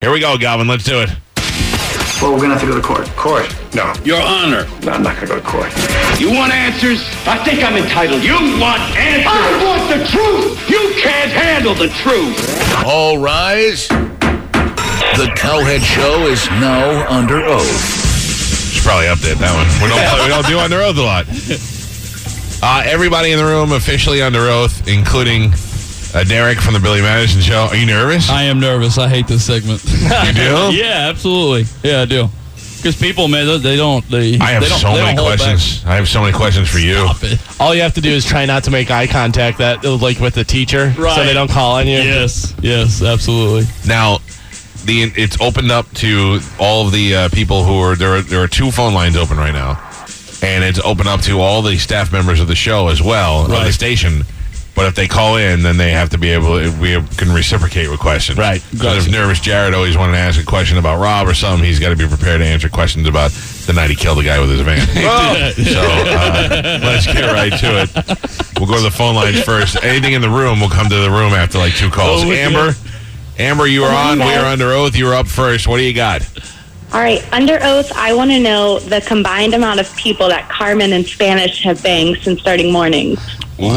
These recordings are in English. Here we go, Galvin. Let's do it. Well, we're gonna have to go to court. Court? No. Your Honor, No, I'm not gonna go to court. you want answers? I think I'm entitled. You want answers? I want the truth. You can't handle the truth. All rise. The Cowhead Show is now under oath. Should probably update that one. We don't, we don't do under oath a lot. Uh, everybody in the room officially under oath, including uh, Derek from the Billy Madison Show. Are you nervous? I am nervous. I hate this segment. You do? yeah, absolutely. Yeah, I do. Because people, man, they- they don't. They, I have they don't, so they many don't hold questions. I have so many questions for you. back. Stop it. All you have to do is try not to make eye contact that like with the teacher so Right. they don't call on you. Yes, yes, absolutely. Now, the it's opened up to all of the uh, people who are there. Are, there are two phone lines open right now, and it's open up to all the staff members of the show as well of the Right. station. But if they call in, then they have to be able. We can reciprocate with questions, Right. Because if Gotcha. nervous Jared always wanted to ask a question about Rob or something, he's got to be prepared to answer questions about the night he killed the guy with his van. So uh, let's get right to it. We'll go to the phone lines first. Anything in the room will come to the room after like two calls. Oh, yeah. Amber, Amber, you are on. We are under oath. You're up first. What do you got? All right, under oath, I want to know the combined amount of people that Carmen and Spanish have banged since starting mornings. Ooh,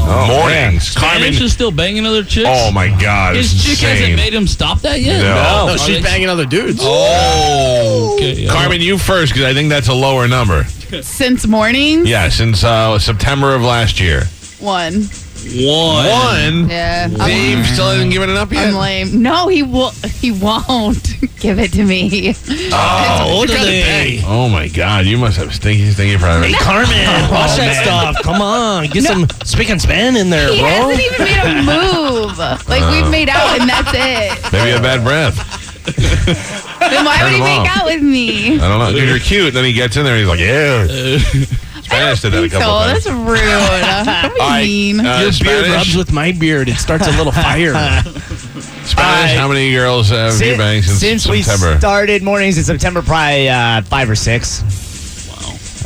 mornings. Spanish Oh, Carmen. is still banging other chicks. Oh my God, His it's chick hasn't insane. made him stop that yet. No. No, Are she's they- banging other dudes. Oh, Okay, yeah. Carmen, you first because I think that's a lower number. since morning. Yeah, since uh, September of last year. One. One. One. Yeah. I'm, Dave still hasn't given it up yet. I'm lame. No, he will. He won't give it to me. How old are they? Oh my God, you must have stinky, stinky private. Carmen, Oh, watch that stuff. Come on, get some speaking span in there, He hasn't even made a move. Like we've made out and that's it. Maybe a bad breath. Then why would Turn he him make off. out with me? I don't know. Dude, you're cute. And then he gets in there and he's like, yeah. Spanish did that a So couple of times. that's rude. Don't be All right, mean. uh, Spanish, with my beard. It starts a little fire. Spanish I- how many girls have you banged since, we September? started mornings in September, probably uh, five or six. I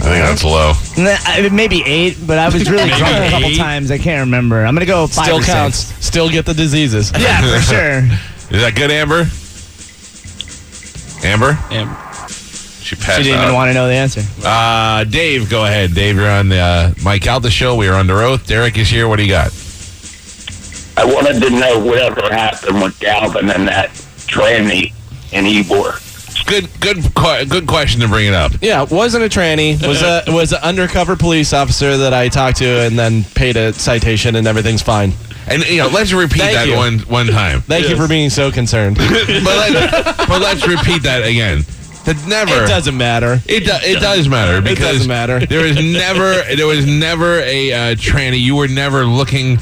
think that's low. Nah, I- Maybe eight, but I was really drunk a couple times. I can't remember. I'm gonna go five Still or counts. six. Still get the diseases. Yeah, for sure. Is that good, Amber? Amber? Amber. She passed She didn't out. even want to know the answer. uh, Dave, go ahead. Dave, you're on the uh, Mike Alta show. We are under oath. Derek is here. What do you got? I wanted to know whatever happened with Galvin and that tranny and Ebor. Good, good, que- good question to bring it up. Yeah, wasn't a tranny. Was a was an undercover police officer that I talked to and then paid a citation and everything's fine. And you know, let's repeat Thank that you. one one time. Thank you for being so concerned. it but, let's, but let's repeat that again. That never. doesn't matter. It, do, it does matter because doesn't matter. There was never there was never a uh, tranny. You were never looking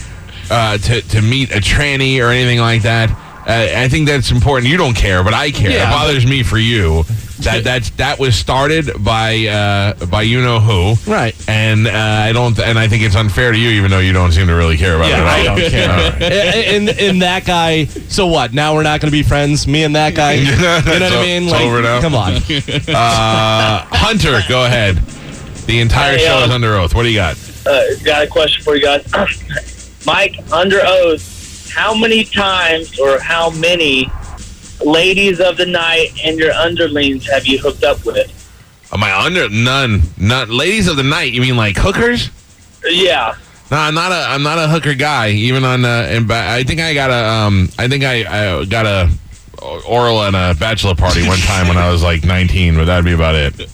uh, to to meet a tranny or anything like that. Uh, I think that's important. You don't care, but I care. it Yeah, bothers me for you. That that's that was started by uh, by you know who, Right. And uh, I don't and I think it's unfair to you, even though you don't seem to really care about Yeah, it. I at all. don't care. All right. and, and- and that guy. So what? Now we're not going to be friends. Me and that guy. You know what It's o- I mean? it's over now. Come on. Uh, Hunter, go ahead. The entire Hey, show is um, under oath. What do you got? uh, got a question for you guys. Mike, under oath, how many times or how many ladies of the night and your underlings have you hooked up with? Am I under none? Not ladies of the night. You mean like hookers? Yeah. No, I'm not a I'm not a hooker guy. Even on uh, and ba- I think I got a um I think I, I got a oral at a bachelor party one time when I was like 19, but that'd be about it.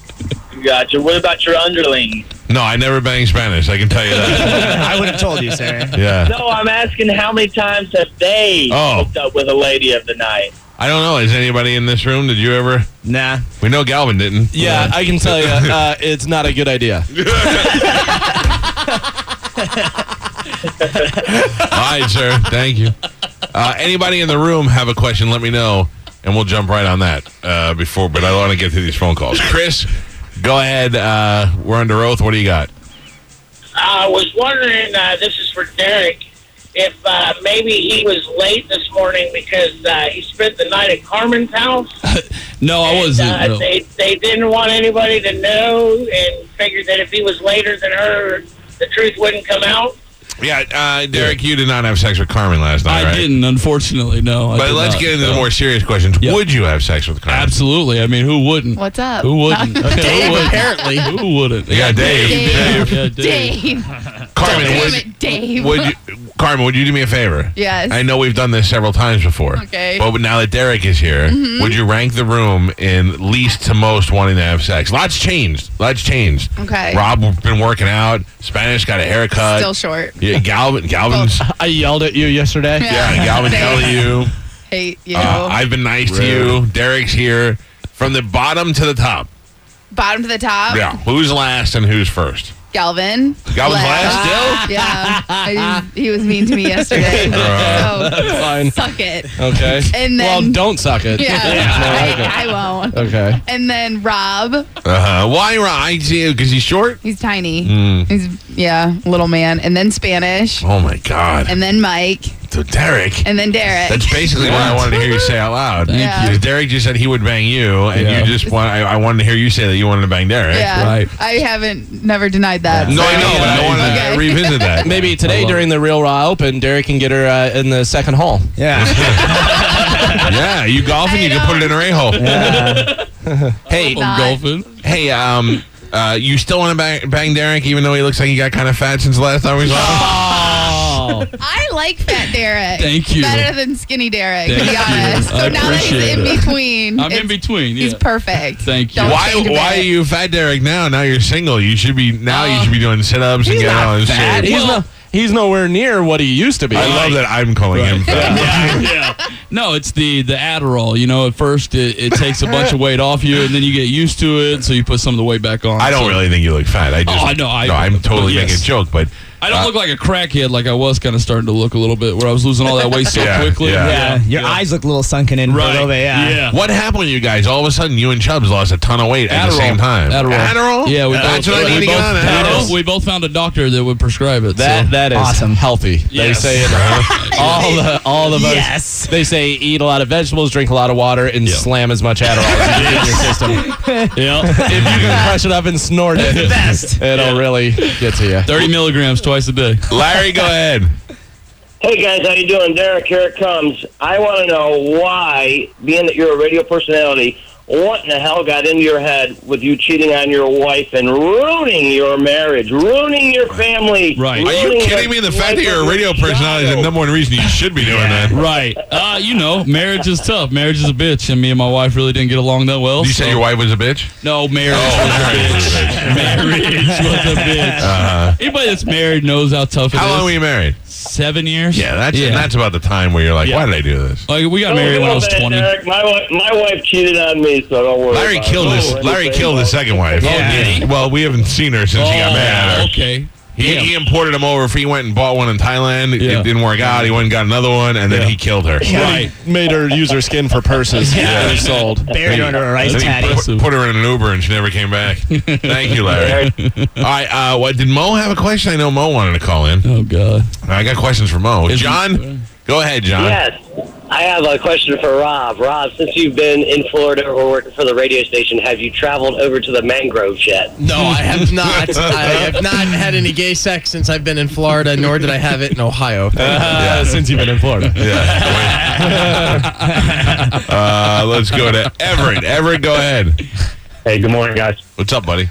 Gotcha. What about your underlings? No, I never banged Spanish. I can tell you that. I would have told you, sir. Yeah, No, I'm asking how many times have they Oh. hooked up with a lady of the night? I don't know. Is anybody in this room? Did you ever? Nah. We know Galvin didn't. Yeah, I can tell you, uh, it's not a good idea. All right, sir. Thank you. Uh, anybody in the room have a question? Let me know, and we'll jump right on that uh, before. But I want to get to these phone calls. Chris, go ahead. Uh, we're under oath. What do you got? I was wondering, uh, this is for Derek, if uh, maybe he was late this morning because uh, he spent the night at Carmen's house. No, I wasn't. Uh, no. they, they didn't want anybody to know and figured that if he was later than her, the truth wouldn't come out. Yeah, uh, Derek, you did not have sex with Carmen last night, I right? didn't, unfortunately. No. I But did let's not, get into no. the more serious questions. Yep. Would you have sex with Carmen? Absolutely. I mean, who wouldn't? What's up? Who wouldn't? Dave, apparently. Who wouldn't? You got Dave. Dave. Yeah, Dave. Carmen, Damn would, it, Dave. would you, Carmen, would you do me a favor? Yes. I know we've done this several times before. Okay. Mm-hmm. But now that Derek is here, would you rank the room in least to most wanting to have sex? Lots changed. Lots changed. Okay. Rob been working out. Spanish got a haircut. Still short. yeah, Galvin, Galvin's. I yelled at you yesterday. Yeah, Galvin Thanks. yelled at you. Hate you. Uh, I've been nice to you. Derek's here. From the bottom to the top. Bottom to the top. Yeah. Who's last and who's first? Galvin. Galvin's last still? Yeah. I, he was mean to me yesterday. Uh, so Fine. suck it. Okay. And well, then- don't suck it. No, Yeah. I, I won't. okay. okay. And then Rob. still? Uh-huh. Why Rob? Because he's short? He's tiny. He's yeah, little man. And then Spanish. Oh, my God. And then Mike. So Derek, And then Derek. that's basically what I wanted to hear you say out loud. Yeah. you. Because Derek just said he would bang you, and Yeah. you just want. I, I wanted to hear you say that you wanted to bang Derek. yeah. Right. I haven't never denied that. No, I know, but I want to Okay. revisit that. Maybe today during the Real Raw Open, Derek can get her uh, in the second hole. Yeah. yeah, you golfing, I you can put it in a ray hole. Hey, Not. Golfing. hey, um, uh, you still want to bang, bang Derek, even though he looks like he got kind of fat since the last time we saw him? Oh. I like fat Derek. Thank you. Better than skinny Derek, to be Thank you. honest. So I now that he's appreciate in it. between, I'm in it's- between. he's yeah. perfect. Thank you. Don't Why? think about Why are it. you fat, Derek? Now, now you're single. You should be. Now Oh. you should be doing sit ups and getting all this Fat. shit. He's, Well- no, he's nowhere near what he used to be. I Uh, love that I'm calling him fat. yeah, yeah. No, it's the the Adderall. You know, at first it, it takes a bunch of weight off you, and then you get used to it, so you put some of the weight back on. I don't So- really think you look fat. I just, Oh, I know, I- no, I'm totally yes. making a joke, but I don't uh, look like a crackhead like I was kind of starting to look a little bit, where I was losing all that weight so Yeah, quickly. yeah. Your eyes look a little sunken in for a Right. little bit. Yeah. What happened with you guys? All of a sudden, you and Chubbs lost a ton of weight at the Adderall. same time. Adderall. Adderall? Yeah, we that's both, what I we need to get both- on. we Adderall. both- We both found a doctor that would prescribe it. That so. that is Awesome. healthy. Yes. They say Uh-huh. it. all the all of us. Yes. They say eat a lot of vegetables, drink a lot of water, and slam as much Adderall as you can in your system. yeah. If you can crush it up and snort it, Best. it'll really get to you. Thirty milligrams twice a day. Larry, go ahead. Hey guys, how you doing? Derek, here it comes. I want to know why, being that you're a radio personality, what in the hell got into your head with you cheating on your wife and ruining your marriage, ruining your family? Right. Are you ruining kidding me? the The fact that life you're a of radio your personality is the child? number one reason you should be doing that. Right. Uh, you know, marriage is tough. Marriage is a bitch, and me and my wife really didn't get along that well. You Oh, so- said your wife was a bitch. No, marriage. was a bitch. marriage was a bitch. Anybody that's married knows how tough it is. Uh-huh. How long were you married? Seven years. Yeah, that's that's about the time where you're like, Yeah. why did I do this? Like we Oh, Don't got married feel when I was bad, twenty. uh, Derek. My, wife, my wife cheated on me, so don't worry. Larry about killed it. his Don't do Larry anything killed his about second wife. did he? Oh, Well, we haven't seen her since he got mad at her. Oh, okay. He, Damn. he imported him over. He went and bought one in Thailand. It- Yeah. It didn't work out. He went and got another one, and then Yeah. he killed her. Right. Made her use her skin for purses. Yeah. They sold. Buried under a rice Then he paddy. put- put, her in an Uber, and she never came back. Thank you, Larry. All right. Uh, what did Mo have a question? I know Mo wanted to call in. Oh god. I got questions for Mo. Is- John, go ahead, John. Yes. I have a question for Rob. Rob, since you've been in Florida or working for the radio station, have you traveled over to the mangroves yet? No, I have not. I have not had any gay sex since I've been in Florida, nor did I have it in Ohio. Uh, Since you've been in Florida. Yeah. uh, let's go to Everett. Everett, go ahead. Hey, good morning, guys. What's up, buddy?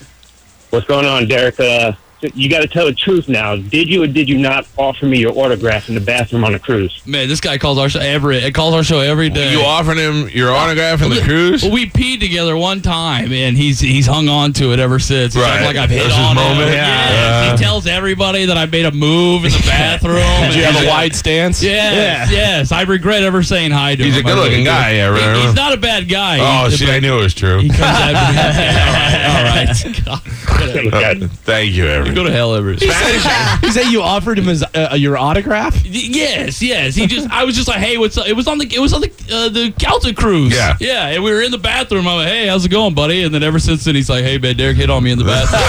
What's going on, Derek? Uh, you got to tell the truth now. Did you or did you not offer me your autograph in the bathroom on a cruise? Man, this guy calls our show every. It calls our show every day. You offered him your autograph in the cruise? Well, we peed together one time, and he's he's hung on to it ever since. He's Right. acting Like I've hit This is on him. moment. Yes, Yeah. he tells everybody that I made a move in the bathroom. Did you have a wide stance? Yes, yes. I regret ever saying hi to He's a him. I good-looking really do. guy, yeah, He- right. he's not a bad guy. Oh, He- see, but I knew it was true. He comes after me. all right, all right. God, whatever. Uh, thank you, Everett. Go to hell, Everett. You say you offered him his, uh, your autograph? Yes, yes. He just, I was just like, hey, what's up? It was on the, it was on the, uh, the Celtic cruise. Yeah. yeah. And we were in the bathroom. I'm like, hey, how's it going, buddy? And then ever since then, he's like, hey, man, Derek hit on me in the bathroom.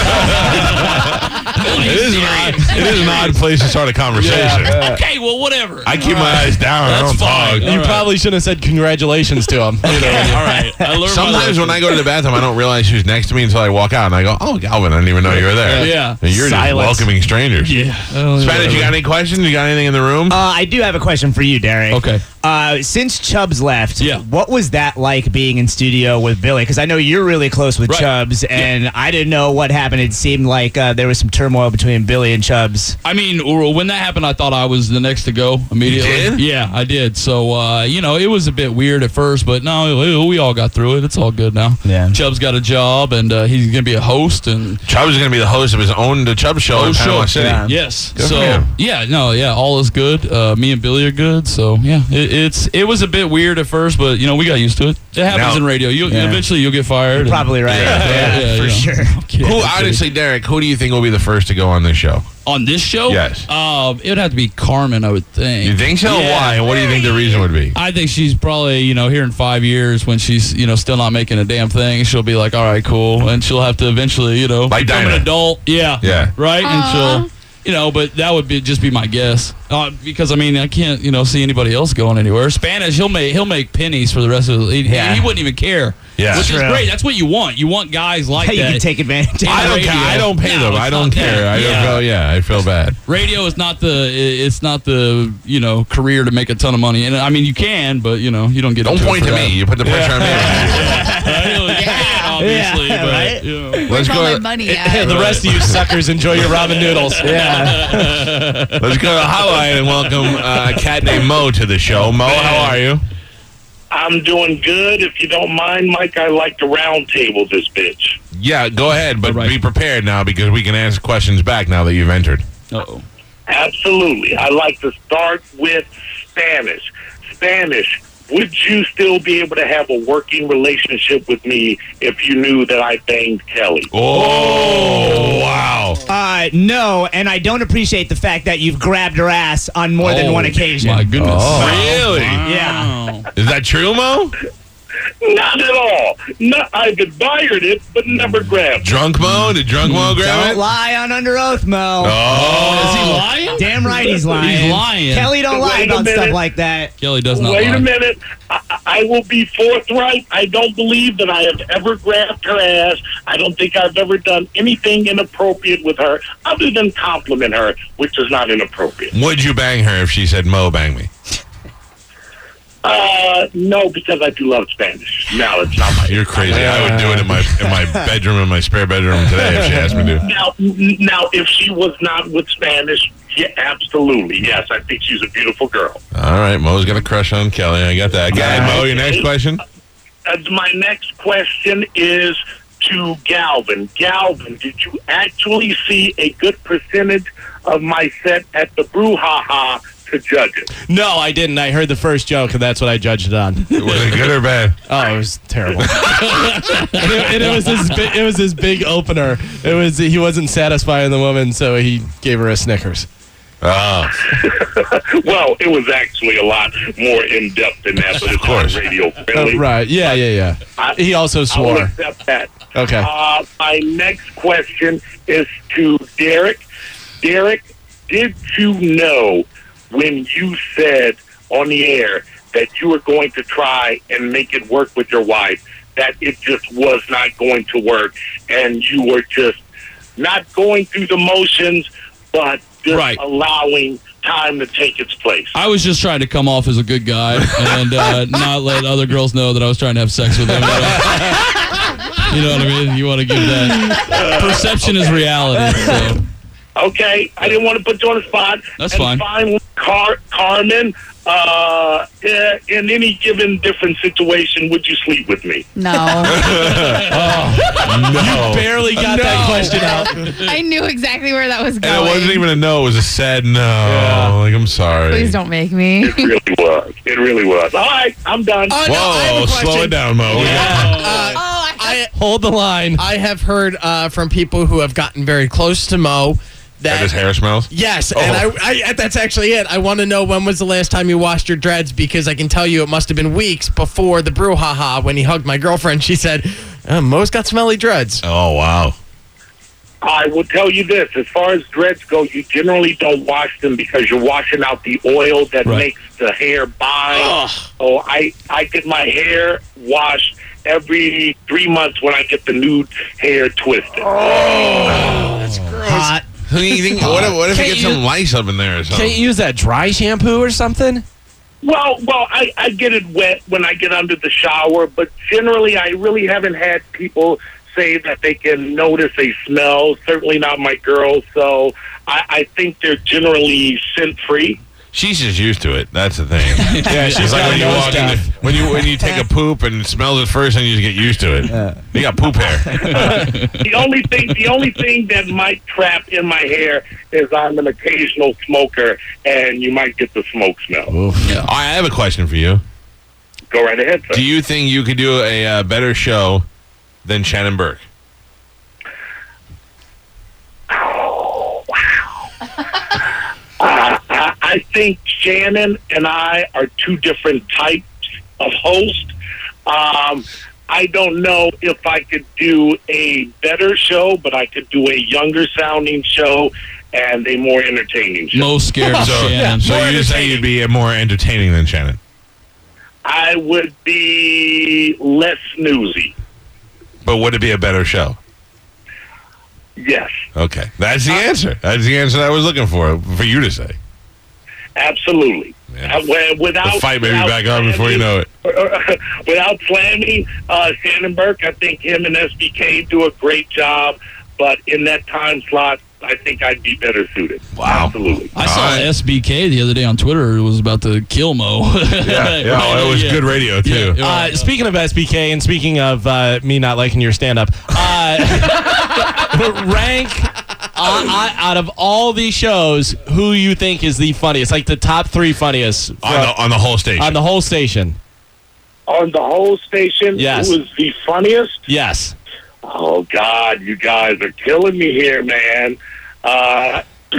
it, is an odd, it is an odd place to start a conversation. Okay, well, whatever. I keep my eyes down. I don't talk. You probably shouldn't have said congratulations to him. You know. All right. I learned my Sometimes lesson. when I go to the bathroom, I don't realize who's next to me until I walk out and I go, "Oh, Galvin, I didn't even know you were there." Yeah. And you're Silence. just welcoming strangers. Yeah. Spanish, you got any questions? You got anything in the room? Uh, I do have a question for you, Derek. Okay. Uh, since Chubbs left, Yeah. what was that like being in studio with Billy? Because I know you're really close with Right. Chubbs, and I didn't know what happened. It seemed like uh, there was some turmoil between Billy and Chubbs. I mean, or- when that happened, I thought I was the next to go immediately. You did? Yeah, I did. So, uh, you know, it was a bit weird at first, but no, we all got through it. It's all good now. Yeah. Chubb's got a job, and uh, he's going to be a host. And Chubb is going to be the host of his own The Chubb Show in Host Panama show. City. Yeah. Yes. Good so, for him. yeah, no, yeah, all is good. Uh, me and Billy are good. So, yeah, it, it's it was a bit weird at first, but, you know, we got used to it. It happens Now- in radio. You, Yeah. Eventually, you'll get fired. and- Probably right. Yeah, yeah, for yeah. sure. I'm kidding, Who, I'm kidding. honestly, Derek, who do you think will be the first to go on this show? On this show? Yes. Um, it would have to be Carmen, I would think. You think so? Yeah. Why? And what do you think the reason would be? I think she's probably, you know, here in five years when she's, you know, still not making a damn thing, she'll be like, all right, cool. And she'll have to eventually, you know, Like become Dinah. an adult. Yeah. Yeah. Right? Aw. And she'll, you know, but that would be just be my guess. Uh, because, I mean, I can't, you know, see anybody else going anywhere. Spanish, he'll make, he'll make pennies for the rest of the he- Yeah. He, wouldn't even care. Yeah. Which True. is great. That's what you want. You want guys like Hey, you that. can take advantage. I don't radio. care. I don't pay No, them. it's I don't not that. care. I Yeah. don't feel, yeah, I feel bad. radio is not the i- it's not the you know career to make a ton of money and i mean you can but you know you don't get Don't into it point for to that. me. You put the pressure on me. I know, Oh, yeah obviously Yeah, but right? you know. Let's Where's all go. my money at? The rest of you suckers enjoy your ramen noodles. Yeah. Let's go to the hotline and welcome uh, a cat named Mo to the show. Mo, how are you? I'm doing good. If you don't mind, Mike, I like to round table this bitch. Yeah, go ahead, but Alright. be prepared now because we can ask questions back now that you've entered. Uh-oh. Absolutely. I like to start with Spanish. Spanish, would you still be able to have a working relationship with me if you knew that I banged Kelly? Oh, wow. Uh, no, and I don't appreciate the fact that you've grabbed her ass on more than Oh, one occasion. my goodness Really? yeah Is that true, Mo? Not at all. Not, I've admired it, but never grabbed it. Drunk Mo? Did Drunk Mo grab Don't it? lie on under oath, Mo. Oh. is he lying Damn right he's lying. He's lying. Kelly don't lie Wait a about stuff minute. like that. kelly does not Wait lie. a minute. I, I will be forthright. I don't believe that I have ever grabbed her ass. I don't think I've ever done anything inappropriate with her other than compliment her, which is not inappropriate. Would you bang her if she said, Mo, bang me? Uh, no, because I do love Spanish. No, it's not my. You're crazy. I would do it in my in my bedroom, in my spare bedroom today if she asked me to. Now, n- now, if she was not with Spanish, yeah, absolutely, yes. I think she's a beautiful girl. All right, Mo's got a crush on Kelly. I got that. Guy, Mo, your next question? Uh, my next question is to Galvin. Galvin, did you actually see a good percentage of my set at the brouhaha to judge it? No, I didn't. I heard the first joke, and that's what I judged it on. Was it good or bad? Oh, it was terrible. and it, and it was this. Bi- it was this big opener. It was he wasn't satisfying the woman, so he gave her a Snickers. Oh, Well, it was actually a lot more in depth than that, but it's course. not radio Oh, friendly. right? Yeah, yeah, yeah. I- He I also will swore. accept that. Okay. Uh, my next question is to Derek. Derek, did you know when you said on the air that you were going to try and make it work with your wife that it just was not going to work and you were just not going through the motions but just Right. allowing time to take its place? I was just trying to come off as a good guy and uh, not let other girls know that I was trying to have sex with them. You know, You know what I mean? You want to give that perception is reality. So. Okay, I didn't want to put you on the spot. That's and fine. Finally, Car- Carmen, uh, eh, in any given different situation, would you sleep with me? no. No. Barely got that question out. I knew exactly where that was going. And it wasn't even a no. It was a sad no. Like, I'm sorry. Please don't make me. Oh, It really was. It really was. All right, I'm done. Oh, no, I have Whoa, a slow question. it down, Mo. We got- oh, Uh, I I Hold the line. I have heard uh, from people who have gotten very close to Mo That that his hair smells? Yes, and Oh. I, I that's actually it. I want to know when was the last time you washed your dreads because I can tell you it must have been weeks before the "Uh, brouhaha when he hugged my girlfriend. She said, oh, "Mo's got smelly dreads." Oh, wow. I will tell you this: as far as dreads go, you generally don't wash them because you're washing out the oil that Right. makes the hair bind. So I I get my hair washed every three months when I get the new hair twisted. Hot. what if, what if you get some lice up in there or something? Can't you use that dry shampoo or something? Well, well, I, I get it wet when I get under the shower, but generally, I really haven't had people say that they can notice a smell. Certainly not my girls. So I, I think they're generally scent free. She's just used to it. That's the thing. yeah, she's like got when you nose walk in, the, when you when you take a poop and it smells at first, and you just get used to it. You got poop hair. the only thing the only thing that might trap in my hair is I'm an occasional smoker and you might get the smoke smell. Yeah. I have a question for you. Go right ahead. Do you think you could do a uh, better show than Shannon Burke? Uh, I, I think Shannon and I are two different types of host. Um, I don't know if I could do a better show, but I could do a younger sounding show and a more entertaining show. Most scared of so, Shannon. So More you say you'd be more entertaining than Shannon. I would be less snoozy. But would it be a better show? Yes. Okay, that's the answer. That's the answer I was looking for for you to say. Absolutely. Uh, well, without the fight may be without back on before you know it. without slamming uh, Shannon Burke, I think him and SBK do a great job. But in that time slot, I think I'd be better suited. Wow. Absolutely. I saw SBK the other day on Twitter. It was about to kill Mo. Yeah, yeah, oh, it was good radio, too. Uh, speaking of SBK and speaking of uh, me not liking your stand up, uh, rank uh, uh, out of all these shows who you think is the funniest, like the top three funniest on the, on the whole station. On the whole station. On the whole station, Yes. who is the funniest? Yes. Oh God, you guys are killing me here, man. Uh,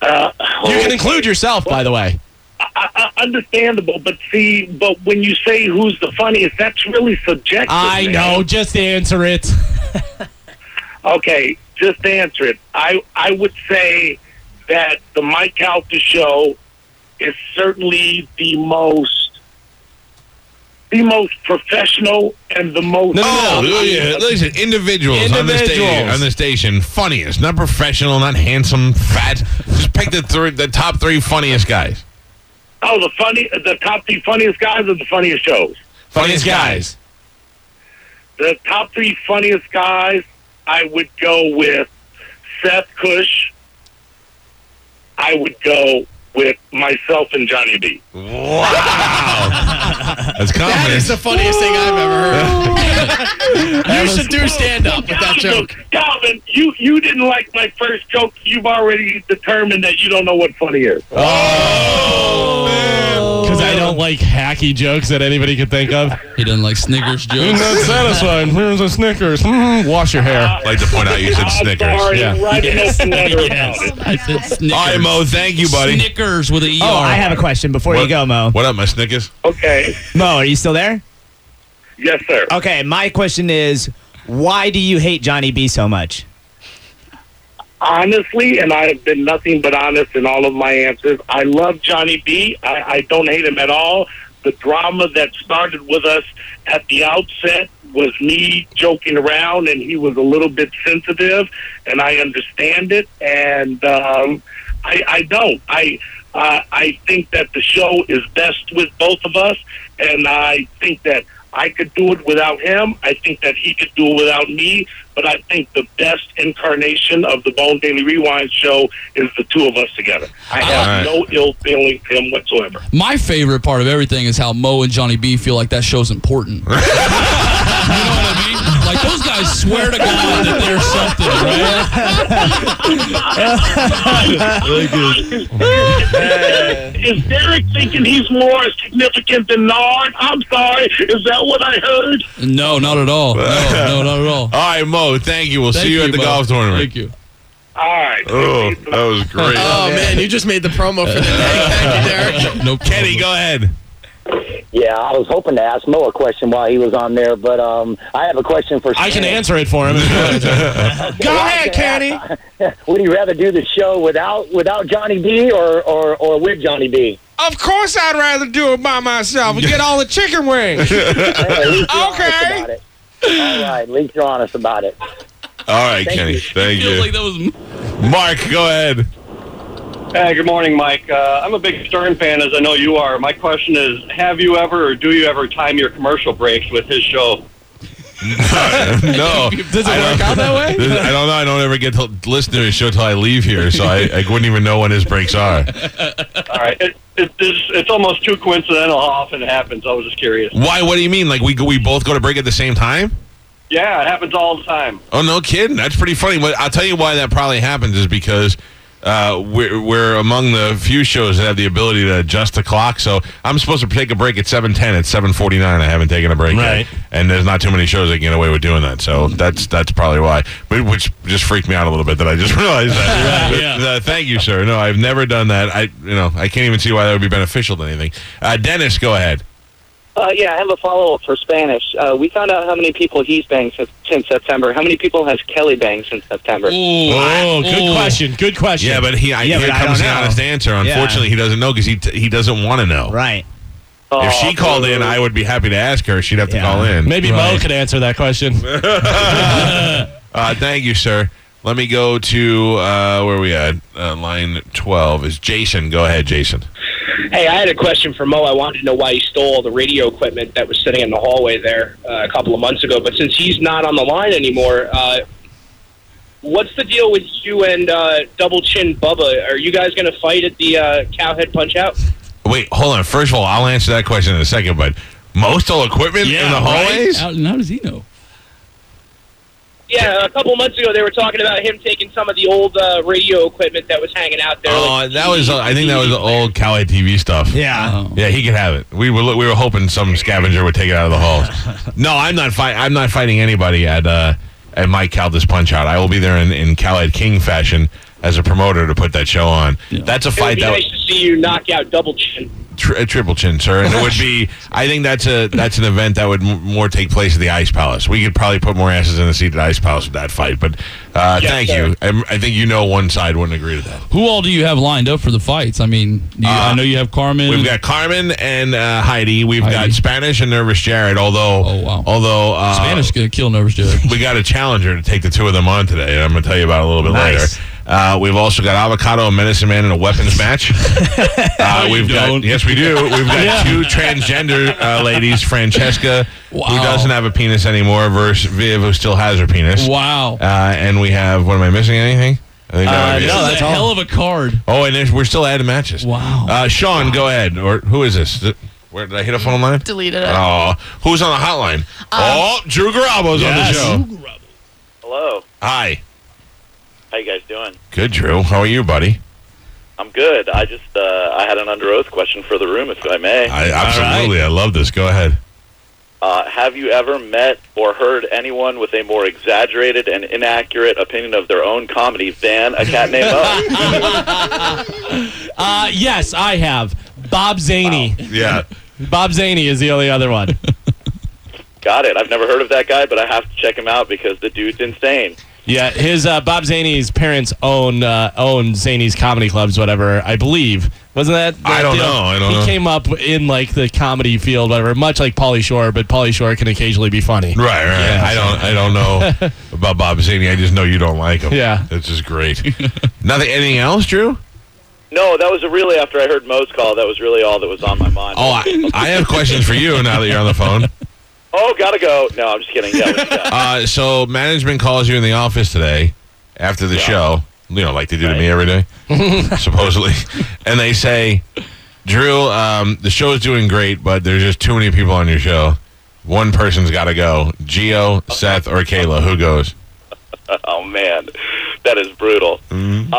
uh, You can include yourself, by the way. I, I, understandable, but see, but when you say who's the funniest, that's really subjective. I man. know. Just answer it. Okay, just answer it. I I would say that the Mike Calta show is certainly the most the most professional and the most oh, yeah. Listen, individuals, On, the station, Individuals. on the station, funniest, not professional, not handsome, fat. Just pick the three, the top three funniest guys. Oh, the funny the top three funniest guys or the funniest shows? Funniest guys. The top three funniest guys I would go with Seth Cush. I would go with myself and Johnny B. That's confidence. That is the funniest thing I've ever heard. you should do stand up with that joke. Calvin, you, you didn't like my first joke. You've already determined that you don't know what funny is. Because I don't like hacky jokes that anybody could think of. He doesn't like Snickers Isn't jokes. that satisfying? Here's a Snickers. Mm, wash your hair. like to point out you said Snickers. sorry, right in Yes. the letter Yes. I said Snickers. All right, Mo, thank you, buddy. Snickers with a ER. Oh, I have a question before you go, Mo. What up, my Snickers? Okay. Mo, are you still there? Yes, sir. Okay, my question is why do you hate Johnny B so much? honestly, and I have been nothing but honest in all of my answers. I love Johnny B. I, I don't hate him at all. The drama that started with us at the outset was me joking around, and he was a little bit sensitive, and I understand it. And um, I, I don't. I uh, I think that the show is best with both of us, and I think that I could do it without him. I think that he could do it without me. But I think the best incarnation of the Bone Daily Rewind show is the two of us together. I have All no ill feelings to him whatsoever. My favorite part of everything is how Mo and Johnny B feel like that show's important. you know what I mean? Like those guys swear to God that they're something, right? is Derek thinking he's more significant than Nard? I'm sorry. Is that what I heard? no, not at all. No, no, not at all. All right, Mo, thank you. We'll Thank see you, you, at the Mo. golf tournament. Thank you. All right. Oh, that was great. Oh man, you just made the promo for the day. Thank you, Derek. no Kenny, go ahead. Yeah, I was hoping to ask Mo a question while he was on there, but um, I have a question for. I can answer it for him. Go ahead, Kenny. Would you rather do the show without without Johnny B or or, or with Johnny B? Of course, I'd rather do it by myself and get all the chicken wings. okay. All right, at least you're honest about it. All right, Kenny. Thank you. Mark, go ahead. Hey, good morning, Mike. Uh, I'm a big Stern fan, as I know you are. My question is: Have you ever, or do you ever, time your commercial breaks with his show? no. Does it work out that way? I don't know. I don't ever get to listen to his show till I leave here, so I, I wouldn't even know when his breaks are. All right, it, it, it's, it's almost too coincidental how often it happens. I was just curious. Why? What do you mean? Like we go- we both go to break at the same time? Yeah, it happens all the time. Oh, no kidding. That's pretty funny. But I'll tell you why that probably happens is because uh, we're, we're among the few shows that have the ability to adjust the clock. So I'm supposed to take a break at 7.10. It's 7.49. I haven't taken a break right. yet. And there's not too many shows that can get away with doing that. So that's that's probably why. But, which just freaked me out a little bit that I just realized that. But, uh, thank you, sir. No, I've never done that. I you know I can't even see why that would be beneficial to anything. Uh, Dennis, go ahead. Uh, yeah, I have a follow up for Spanish. Uh, we found out how many people he's banged since, since September. How many people has Kelly banged since September? Oh, good question. Good question. Yeah, but he I, here comes the honest answer. Unfortunately, he doesn't know because he t- he doesn't want to know. Right. If she called in, I would be happy to ask her. She'd have to call in. Maybe Mo could answer that question. Uh, thank you, sir. Let me go to uh, where we at. Uh, line twelve is Jason. Go ahead, Jason. Hey, I had a question for Mo. I wanted to know why he stole all the radio equipment that was sitting in the hallway there uh, a couple of months ago. But since he's not on the line anymore, uh, what's the deal with you and uh, Double Chin Bubba? Are you guys going to fight at the uh, Cowhead Punch Out? Wait, hold on. First of all, I'll answer that question in a second. But most all equipment in the hallways. How, how does he know? Yeah, a couple months ago they were talking about him taking some of the old uh, radio equipment that was hanging out there. Oh, that was uh, I think that was the old Cali TV stuff. Yeah. Uh-huh. yeah, he could have it. We were we were hoping some scavenger would take it out of the halls. no, I'm not fight. I'm not fighting anybody at uh, at Mike Caldas Punch Out. I will be there in in Khaled King fashion as a promoter to put that show on. That's a It would fight be that nice to see you knock out double chin. tri- a triple chin, sir. And it would be. I think that's a that's an event that would m- more take place at the Ice Palace. We could probably put more asses in the seat at Ice Palace with that fight. But uh, Yes, thank sir. you. I, I think you know one side wouldn't agree to that. Who all do you have lined up for the fights? I mean, do you, I know you have Carmen. Uh, We've got Carmen and uh, Heidi. We've got Spanish and Nervous Jared. Although, although uh, Oh, Spanish gonna kill Nervous Jared. we got a challenger to take the two of them on today. and I'm going to tell you about it a little bit Nice. later. Uh, we've also got Avocado and Medicine Man in a weapons match. Uh, we've got yes, we do. We've got Yeah. two transgender uh, ladies, Francesca, who Wow. doesn't have a penis anymore, versus Viv, who still has her penis. Wow. Uh, and we have. What am I missing? Anything? I think that might be this it. is a hell of a card. Oh, and there's- we're still adding matches. Wow. Uh, Sean, go ahead. Or who is this? Th- Where did I hit a phone line? Deleted it. Oh, who's on the hotline? oh, Drew Garabo's Yes. on the show. Hello. Hi. How you guys doing? Good, Drew. How are you, buddy? I'm good. I just uh, I had an under oath question for the room, if I may. I, absolutely. I love this. Go ahead. Uh, have you ever met or heard anyone with a more exaggerated and inaccurate opinion of their own comedy than a cat named Mo? Uh, yes, I have. Bob Zaney. Yeah. Bob Zaney is the only other one. Got it. I've never heard of that guy, but I have to check him out because the dude's insane. Yeah, his uh, Bob Zaney's parents own uh, own Zaney's comedy clubs, whatever. I believe wasn't that? I that don't know, I don't he know. came up in like the comedy field, whatever. Much like Pauly Shore, but Pauly Shore can occasionally be funny. Right, right. Yeah. I don't. I don't know about Bob Zaney. I just know you don't like him. Yeah. This is great. Nothing. Anything else, Drew? No, that was really after I heard Mo's call. That was really all that was on my mind. Oh, I, I have questions for you now that you're on the phone. Oh, gotta go. No, I'm just kidding. Yeah, we- Uh, so management calls you in the office today after the show, you know, like they do to me every day, supposedly, and they say, "Drew, um, the show's doing great, but there's just too many people on your show. One person's got to go: Geo, Seth, or Kayla. Who goes?" oh man, that is brutal. Mm-hmm. Uh,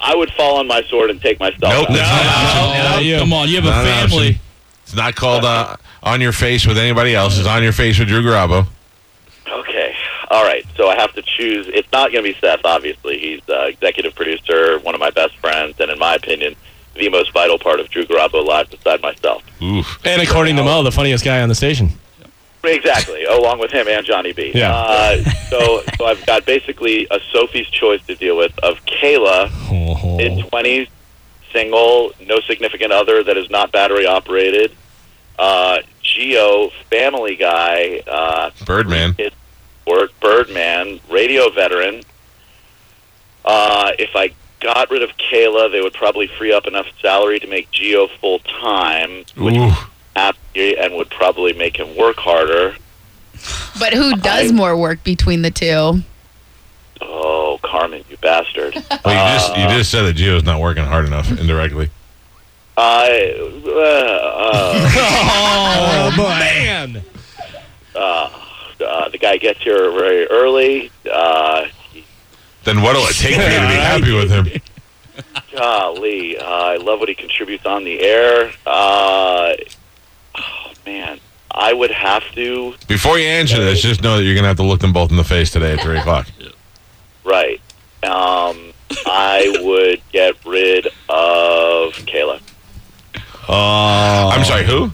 I would fall on my sword and take myself. Nope, Come on, you have Not a an family. option. It's not called uh, "On Your Face" with anybody else. It's "On Your Face" with Drew Garabo. Okay. All right. So I have to choose. It's not going to be Seth, obviously. He's uh, executive producer, one of my best friends, and in my opinion, the most vital part of Drew Garabo live beside myself. Oof. And according to Mo, the funniest guy on the station. Exactly, along with him and Johnny B. Yeah. Uh, so, so I've got basically a Sophie's choice to deal with of Kayla, Oh. mid twenties, single, no significant other that is not battery operated. Uh, Geo, Family Guy, uh, Birdman. Kid, Word, Birdman, radio veteran. Uh, if I got rid of Kayla, they would probably free up enough salary to make Geo full time Ooh. happy and would probably make him work harder. But who does more work between the two? Oh, Carmen, you bastard. Well, you just you just said that Gio's not working hard enough indirectly. I. Uh, uh, oh, man. Uh, uh, the guy gets here very early. Uh, Then what'll it take for you to be Uh, happy with him? golly, uh, I love what he contributes on the air. Uh, oh, man. I would have to. Before you answer this, just know that you're gonna have to look them both in the face today at three o'clock. Right. Um, I would get rid of Kayla. Oh, I'm sorry. Who?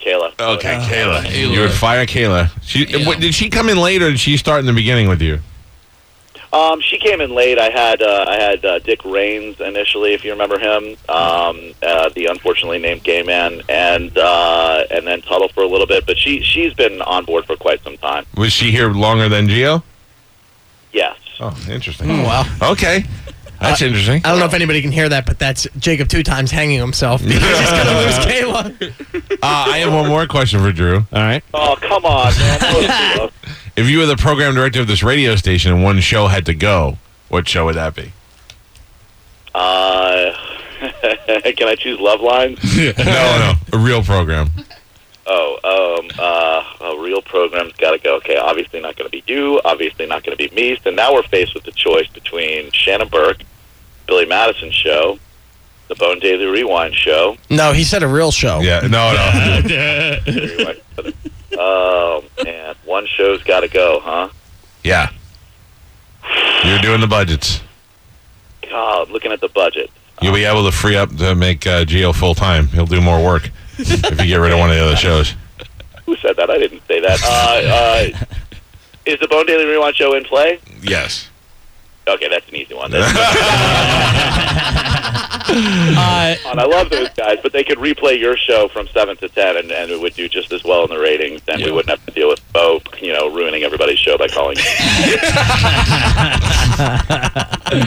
Kayla. Okay, Kayla. You would fire Kayla. She what- did she come in late or did she start in the beginning with you? Um, she came in late. I had uh, I had uh, Dick Raines initially, if you remember him, um, uh, the unfortunately named gay man, and uh, and then Tuttle for a little bit. But she she's been on board for quite some time. Was she here longer than Gio? Yes. Oh, Uh, interesting. Oh, wow. Okay, that's interesting. I don't know if anybody can hear that, but that's Jacob two times hanging himself. He's just gonna lose Kayla. Uh, I have one more question for Drew. All right. Oh come on, man! If you were the program director of this radio station and one show had to go, what show would that be? uh, can I choose Love Lines? no, no, a real program. Oh, um, uh, a real program's got to go. Okay, obviously not going to be you. Obviously not going to be me. So now we're faced with the choice between Shannon Burke, Billy Madison show, the Bone Daily Rewind show. No, he said a real show. Yeah, no, no. Rewind. oh man, one show's got to go, huh? Yeah. You're doing the budgets. God, looking at the budget. You'll be able to free up to make uh, Geo full time. He'll do more work if you get rid of one of the other shows. Who said that? I didn't say that. Uh, uh, is the Bone Daily Rewind show in play? Yes. Okay, that's an easy one. That's- And I love those guys, but they could replay your show from seven to ten, and, and it would do just as well in the ratings, and we wouldn't have to deal with Bo, you know, ruining everybody's show by calling.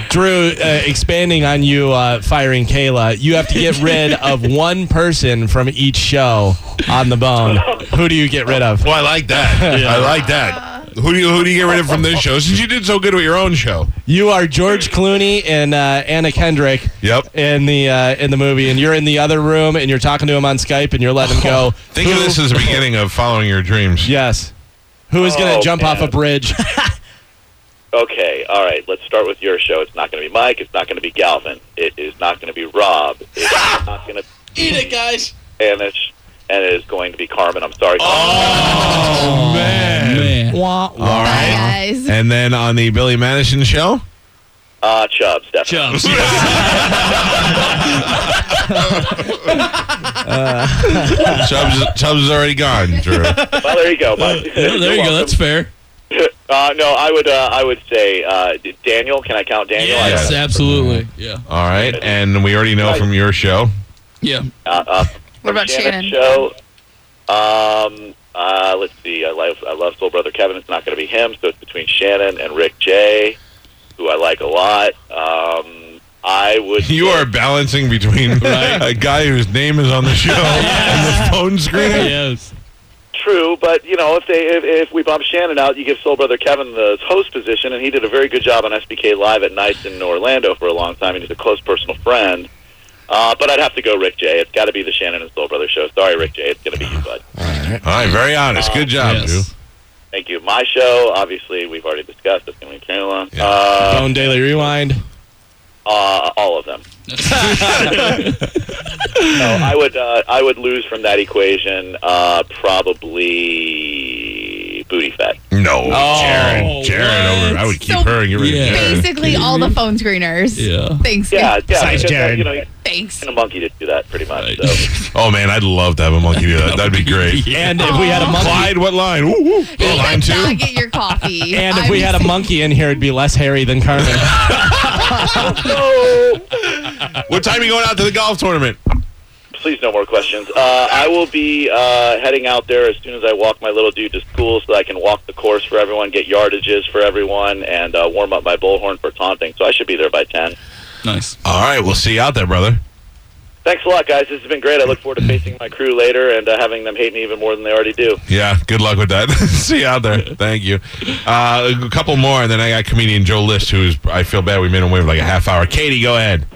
Drew, uh, expanding on you uh, firing Kayla, you have to get rid of one person from each show on the bone. Who do you get rid of? Well, I like that. I like that. Who do you who do you get rid of from this show? Since you did so good with your own show. You are George Clooney and uh, Anna Kendrick. Yep. In the uh, in the movie, and you're in the other room, and you're talking to him on Skype, and you're letting him go. Think of Who- this as the beginning of following your dreams. Yes. Who is going to Oh, jump off a bridge? Okay, all right. Let's start with your show. It's not going to be Mike. It's not going to be Galvin. It is not going to be Rob. It's not going to Eat it, guys. be Anish, and it is going to be Carmen. I'm sorry. Oh man. All right. Guys. And then on the Billy Madison show? Uh, Chubbs, definitely. Chubbs. Chubbs, Chubbs is already gone, Drew. well, there you go. Mike. Yeah, there you go. That's fair. Uh, no, I would. Uh, I would say uh, Daniel. Can I count Daniel? Yes, Yeah. absolutely. Yeah. All right. And we already know from your show. Yeah. Uh, uh, What about Shannon's Shannon? Show. Um, uh, let's see. I love I love Soul Brother Kevin. It's not going to be him, so it's between Shannon and Rick J, who I like a lot. Um, I would. You are balancing between a guy whose name is on the show and the phone screen. Yes. True, but you know, if they if, if we bump Shannon out, you give Soul Brother Kevin the host position, and he did a very good job on SBK Live at nights in Orlando for a long time, and he's a close personal friend. Uh, but I'd have to go Rick J. It's got to be the Shannon and Soul Brother show. Sorry, Rick J. It's going to be you, bud. All right. Very honest. Good job, Yes. Drew. Thank you. My show, obviously, we've already discussed. It's going to be Kayla. Uh, Bone Daily Rewind. Uh, all of them. no, I would uh, I would lose from that equation uh, probably Booty pretty fat. No, Oh, Jared. Jared, over, I would keep her and get rid of Jared. Basically, all the phone screeners. Yeah. Thanks. Yeah, guys. yeah. because, uh, You know, Thanks. And a monkey to do that, pretty much. So. Oh man, I'd love to have a monkey do that. That'd be great. And if we had a monkey- Clyde, what line? Ooh, ooh. Oh, line two. Not get your coffee. And if we I'm had a monkey in here, it'd be less hairy than Carmen. What time are you going out to the golf tournament? Please, no more questions. Uh, I will be uh, heading out there as soon as I walk my little dude to school so that I can walk the course for everyone, get yardages for everyone, and uh, warm up my bullhorn for taunting. So I should be there by 10. Nice. All right, we'll see you out there, brother. Thanks a lot, guys. This has been great. I look forward to facing my crew later and uh, having them hate me even more than they already do. Yeah, good luck with that. See you out there. Thank you. Uh, a couple more, and then I got comedian Joe List, who is, I feel bad we made him wait for like a half hour. Katie, go ahead.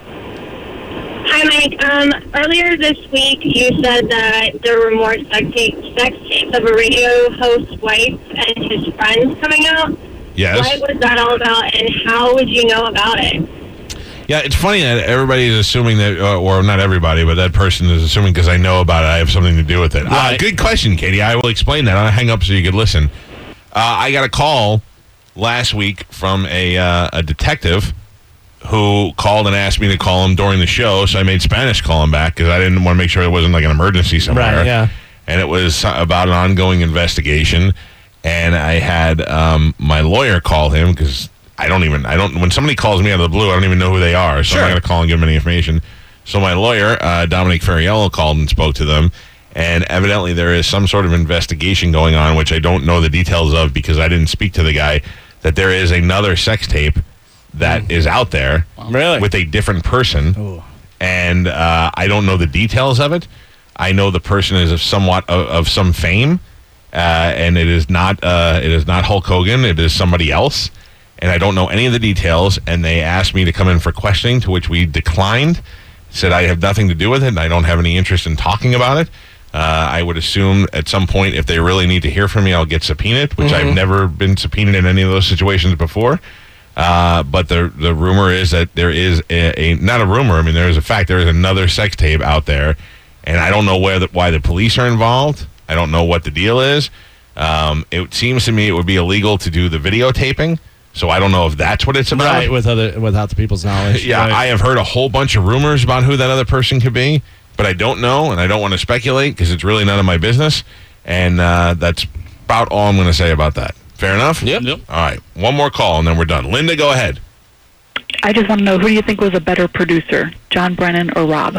Hi, Mike. Um, earlier this week, you said that there were more sex tapes, sex tapes of a radio host's wife and his friends coming out. Yes. What was that all about, and how would you know about it? Yeah, it's funny that everybody is assuming that, uh, or not everybody, but that person is assuming because I know about it, I have something to do with it. Uh, good question, Katie. I will explain that. I'll hang up so you can listen. Uh, I got a call last week from a, uh, a detective who called and asked me to call him during the show, so I made Spanish call him back because I didn't want to make sure it wasn't like an emergency somewhere. Right, yeah. And it was about an ongoing investigation, and I had um, my lawyer call him because I don't even I don't when somebody calls me out of the blue I don't even know who they are, so I'm not going to call and give them any information. So my lawyer uh, Dominic Ferriello called and spoke to them. And evidently, there is some sort of investigation going on, which I don't know the details of because I didn't speak to the guy. That there is another sex tape that is out there really with a different person and uh, i don't know the details of it i know the person is of somewhat of, of some fame uh, and it is not uh, it is not hulk hogan it is somebody else and i don't know any of the details and they asked me to come in for questioning to which we declined said i have nothing to do with it and i don't have any interest in talking about it uh, I would assume at some point, if they really need to hear from me, I'll get subpoenaed, which I've never been subpoenaed in any of those situations before. Uh, but the the rumor is that there is a, a not a rumor. I mean, there is a fact. There is another sex tape out there, and I don't know where the, why the police are involved. I don't know what the deal is. Um, it seems to me it would be illegal to do the videotaping, so I don't know if that's what it's about. right, with other without the people's knowledge. Yeah, Right. I have heard a whole bunch of rumors about who that other person could be, but I don't know, and I don't want to speculate because it's really none of my business. And uh, that's about all I'm going to say about that. Fair enough? Yep. yep. All right. One more call, and then we're done. Linda, go ahead. I just want to know who do you think was a better producer, John Brennan or Rob?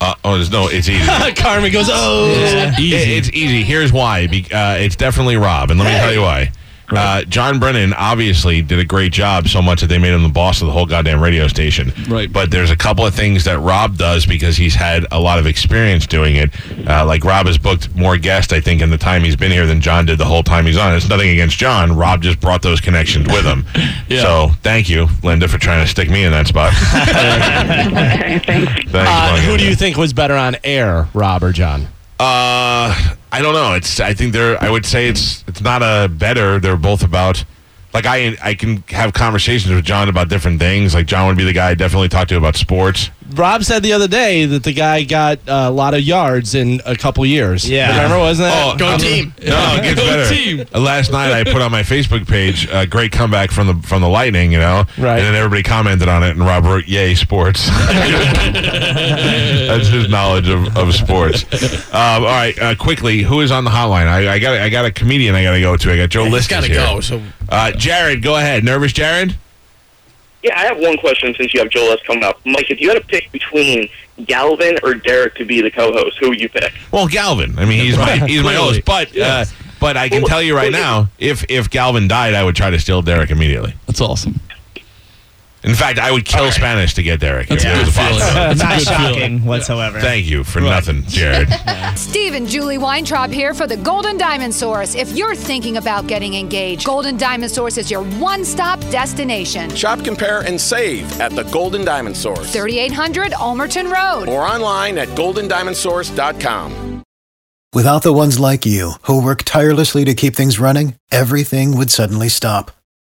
Uh, oh, there's no. It's easy. Carmen goes, oh. It's easy. it's easy. Here's why. Be, uh, it's definitely Rob, and let me tell you why. Uh, John Brennan obviously did a great job so much that they made him the boss of the whole goddamn radio station. Right. But there's a couple of things that Rob does because he's had a lot of experience doing it. Uh, like Rob has booked more guests, I think, in the time he's been here than John did the whole time he's on. It's nothing against John. Rob just brought those connections with him. So thank you, Linda, for trying to stick me in that spot. thanks. Uh, Linda. who do you think was better on air, Rob or John? Uh, I don't know. It's I think they're. I would say it's it's not a better. They're both about. Like I I can have conversations with John about different things. Like John would be the guy I definitely talk to about Uh, sports. Rob said the other day that the guy got uh, a lot of yards in a couple years. Yeah. Remember, wasn't that? Oh, Go I'm- team. No, it gets better. Uh, Last night I put on my Facebook page a great comeback from the from the Lightning, you know. Right. And then everybody commented on it, and Rob wrote, "Yay, sports." That's his knowledge of, of sports. Um, all right, uh, quickly, who is on the hotline? I, I got I got a comedian I got to go to. I got Joe He's List. gotta go, so- uh, Jared, go ahead. Nervous, Jared. Yeah, I have one question since you have Joel S. coming up. Mike, if you had to pick between Galvin or Derek to be the co-host, who would you pick? Well, Galvin. I mean, he's my he's my host, but uh, but I can tell you right now, if if Galvin died, I would try to steal Derek immediately. That's awesome. In fact, I would kill Spanish to get Derek. That's if a it good was feeling. possible. That's a Not good shocking feeling. whatsoever. Thank you for nothing, Jared. Steve and Julie Weintraub here for the Golden Diamond Source. If you're thinking about getting engaged, Golden Diamond Source is your one stop destination. Shop, compare, and save at the Golden Diamond Source 3800 Olmerton Road. or online at goldendiamondsource.com. Without the ones like you, who work tirelessly to keep things running, everything would suddenly stop.